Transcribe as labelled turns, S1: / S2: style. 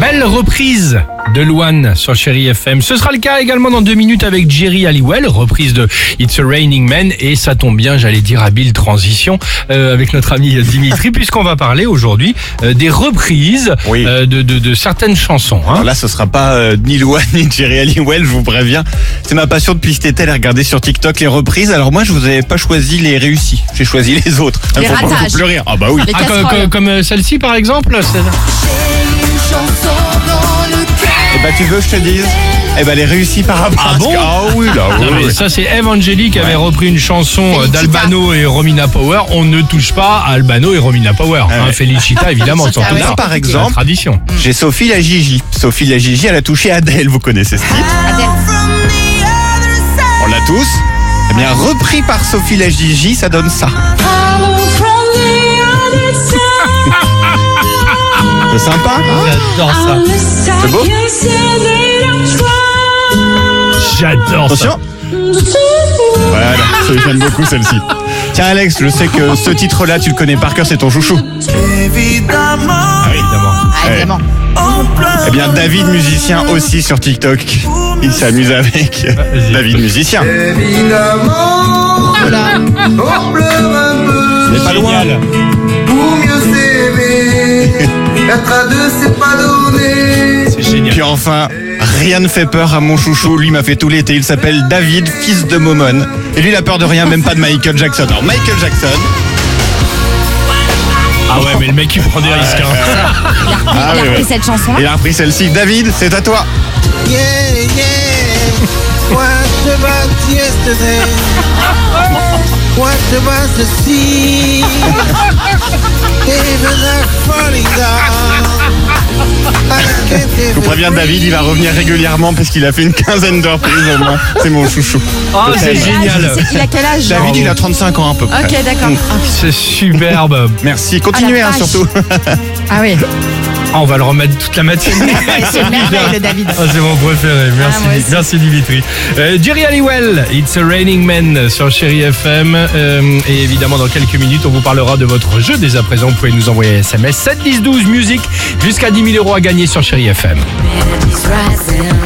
S1: Belle reprise de Luan sur Chéri FM. Ce sera le cas également dans deux minutes avec Jerry Halliwell, reprise de It's a Raining Man et ça tombe bien, j'allais dire habile transition euh, avec notre ami Dimitri puisqu'on va parler aujourd'hui euh, des reprises
S2: Oui.
S1: euh, de, de- de certaines chansons. hein.
S2: Alors là, ce sera pas euh, ni Louane ni Jerry Halliwell, je vous préviens. C'est ma passion depuis cet été, aller regarder sur TikTok les reprises. Alors moi, je vous avais pas choisi les réussis, j'ai choisi les autres. Elles
S3: Les
S2: me font- me font
S3: ratages.
S2: pleurer. Ah bah oui.
S3: Les
S1: Ah, comme-
S3: casseroles.
S1: comme, comme, euh, celle-ci par exemple celle-
S2: Eh bah tu veux que je te dise Eh bah les réussis par rapport.
S1: Ah bon
S2: Ah oui, là, oui,
S1: Non, mais
S2: oui.
S1: ça c'est Eve Angeli qui avait repris une chanson euh,
S3: Felicita.
S1: d'Albano et Romina Power. On ne touche pas à Albano et Romina Power.
S2: Ah
S1: hein.
S2: ouais.
S1: Felicita évidemment, sans
S3: Felicita,
S1: doute
S3: ouais.
S2: Là,
S1: pas.
S2: par
S1: C'est la
S2: exemple,
S1: tradition.
S2: J'ai Sophie la Gigi. Sophie la Gigi, elle a touché Adèle, vous connaissez ce titre
S3: Adèle.
S2: On l'a tous. Eh bien, repris par Sophie la Gigi, ça donne ça. C'est sympa. hein
S1: J'adore ça.
S2: C'est beau
S1: J'adore ça.
S2: Attention Voilà, je- j'aime beaucoup celle-ci. Tiens Alex, je sais que ce titre-là, tu le connais par cœur, c'est ton chouchou.
S4: Évidemment,
S2: évidemment.
S3: Ah, évidemment.
S4: on pleure.
S2: Eh bien, David musicien aussi sur TikTok. Il s'amuse avec David musicien.
S4: Évidemment, on pleure un peu
S2: Mais pas loin.
S4: pour mieux s'aimer. Être à deux, c'est pas donné.
S1: C'est génial.
S2: Puis enfin, rien ne fait peur à mon chouchou. Lui m'a fait tout l'été. Il s'appelle David, fils de Momon. Et lui, il a peur de rien, même pas de Michael Jackson. Alors Michael Jackson.
S1: Ah ouais, mais le mec il prend des risques. hein.
S2: Ah,
S3: Il a
S2: oui,
S3: repris
S2: oui.
S3: cette chanson.
S2: Il a repris celle-ci. David, c'est à toi.
S4: Yeah, yeah. What about yesterday? What about the sea? Even I'm falling down. I can't
S2: Je vous préviens, David, il va revenir régulièrement parce qu'il a fait une quinzaine de reprises au moins. C'est mon chouchou.
S1: Ah, c'est
S3: Il a quel âge
S1: génial.
S3: Oh, C'est- Il a quel âge
S2: David, il a 35 ans à peu près.
S3: Ok, d'accord.
S1: C'est superbe.
S2: Merci. Continuez,
S3: Ah, la
S2: hein,
S3: vache.
S2: surtout.
S3: Ah oui,
S1: Ah, on va le remettre toute la matinée.
S3: c'est une merveille le David.
S1: Ah, c'est mon préféré, merci,
S3: Ah, moi aussi.
S1: merci Dimitri. Euh, Jerry Halliwell, It's a Raining Man sur Chéri FM. Euh, et évidemment, dans quelques minutes, on vous parlera de votre jeu. Dès à présent, vous pouvez nous envoyer un SMS 7 10 12 musique jusqu'à 10 000 euros à gagner sur Chéri FM.
S5: It's rising.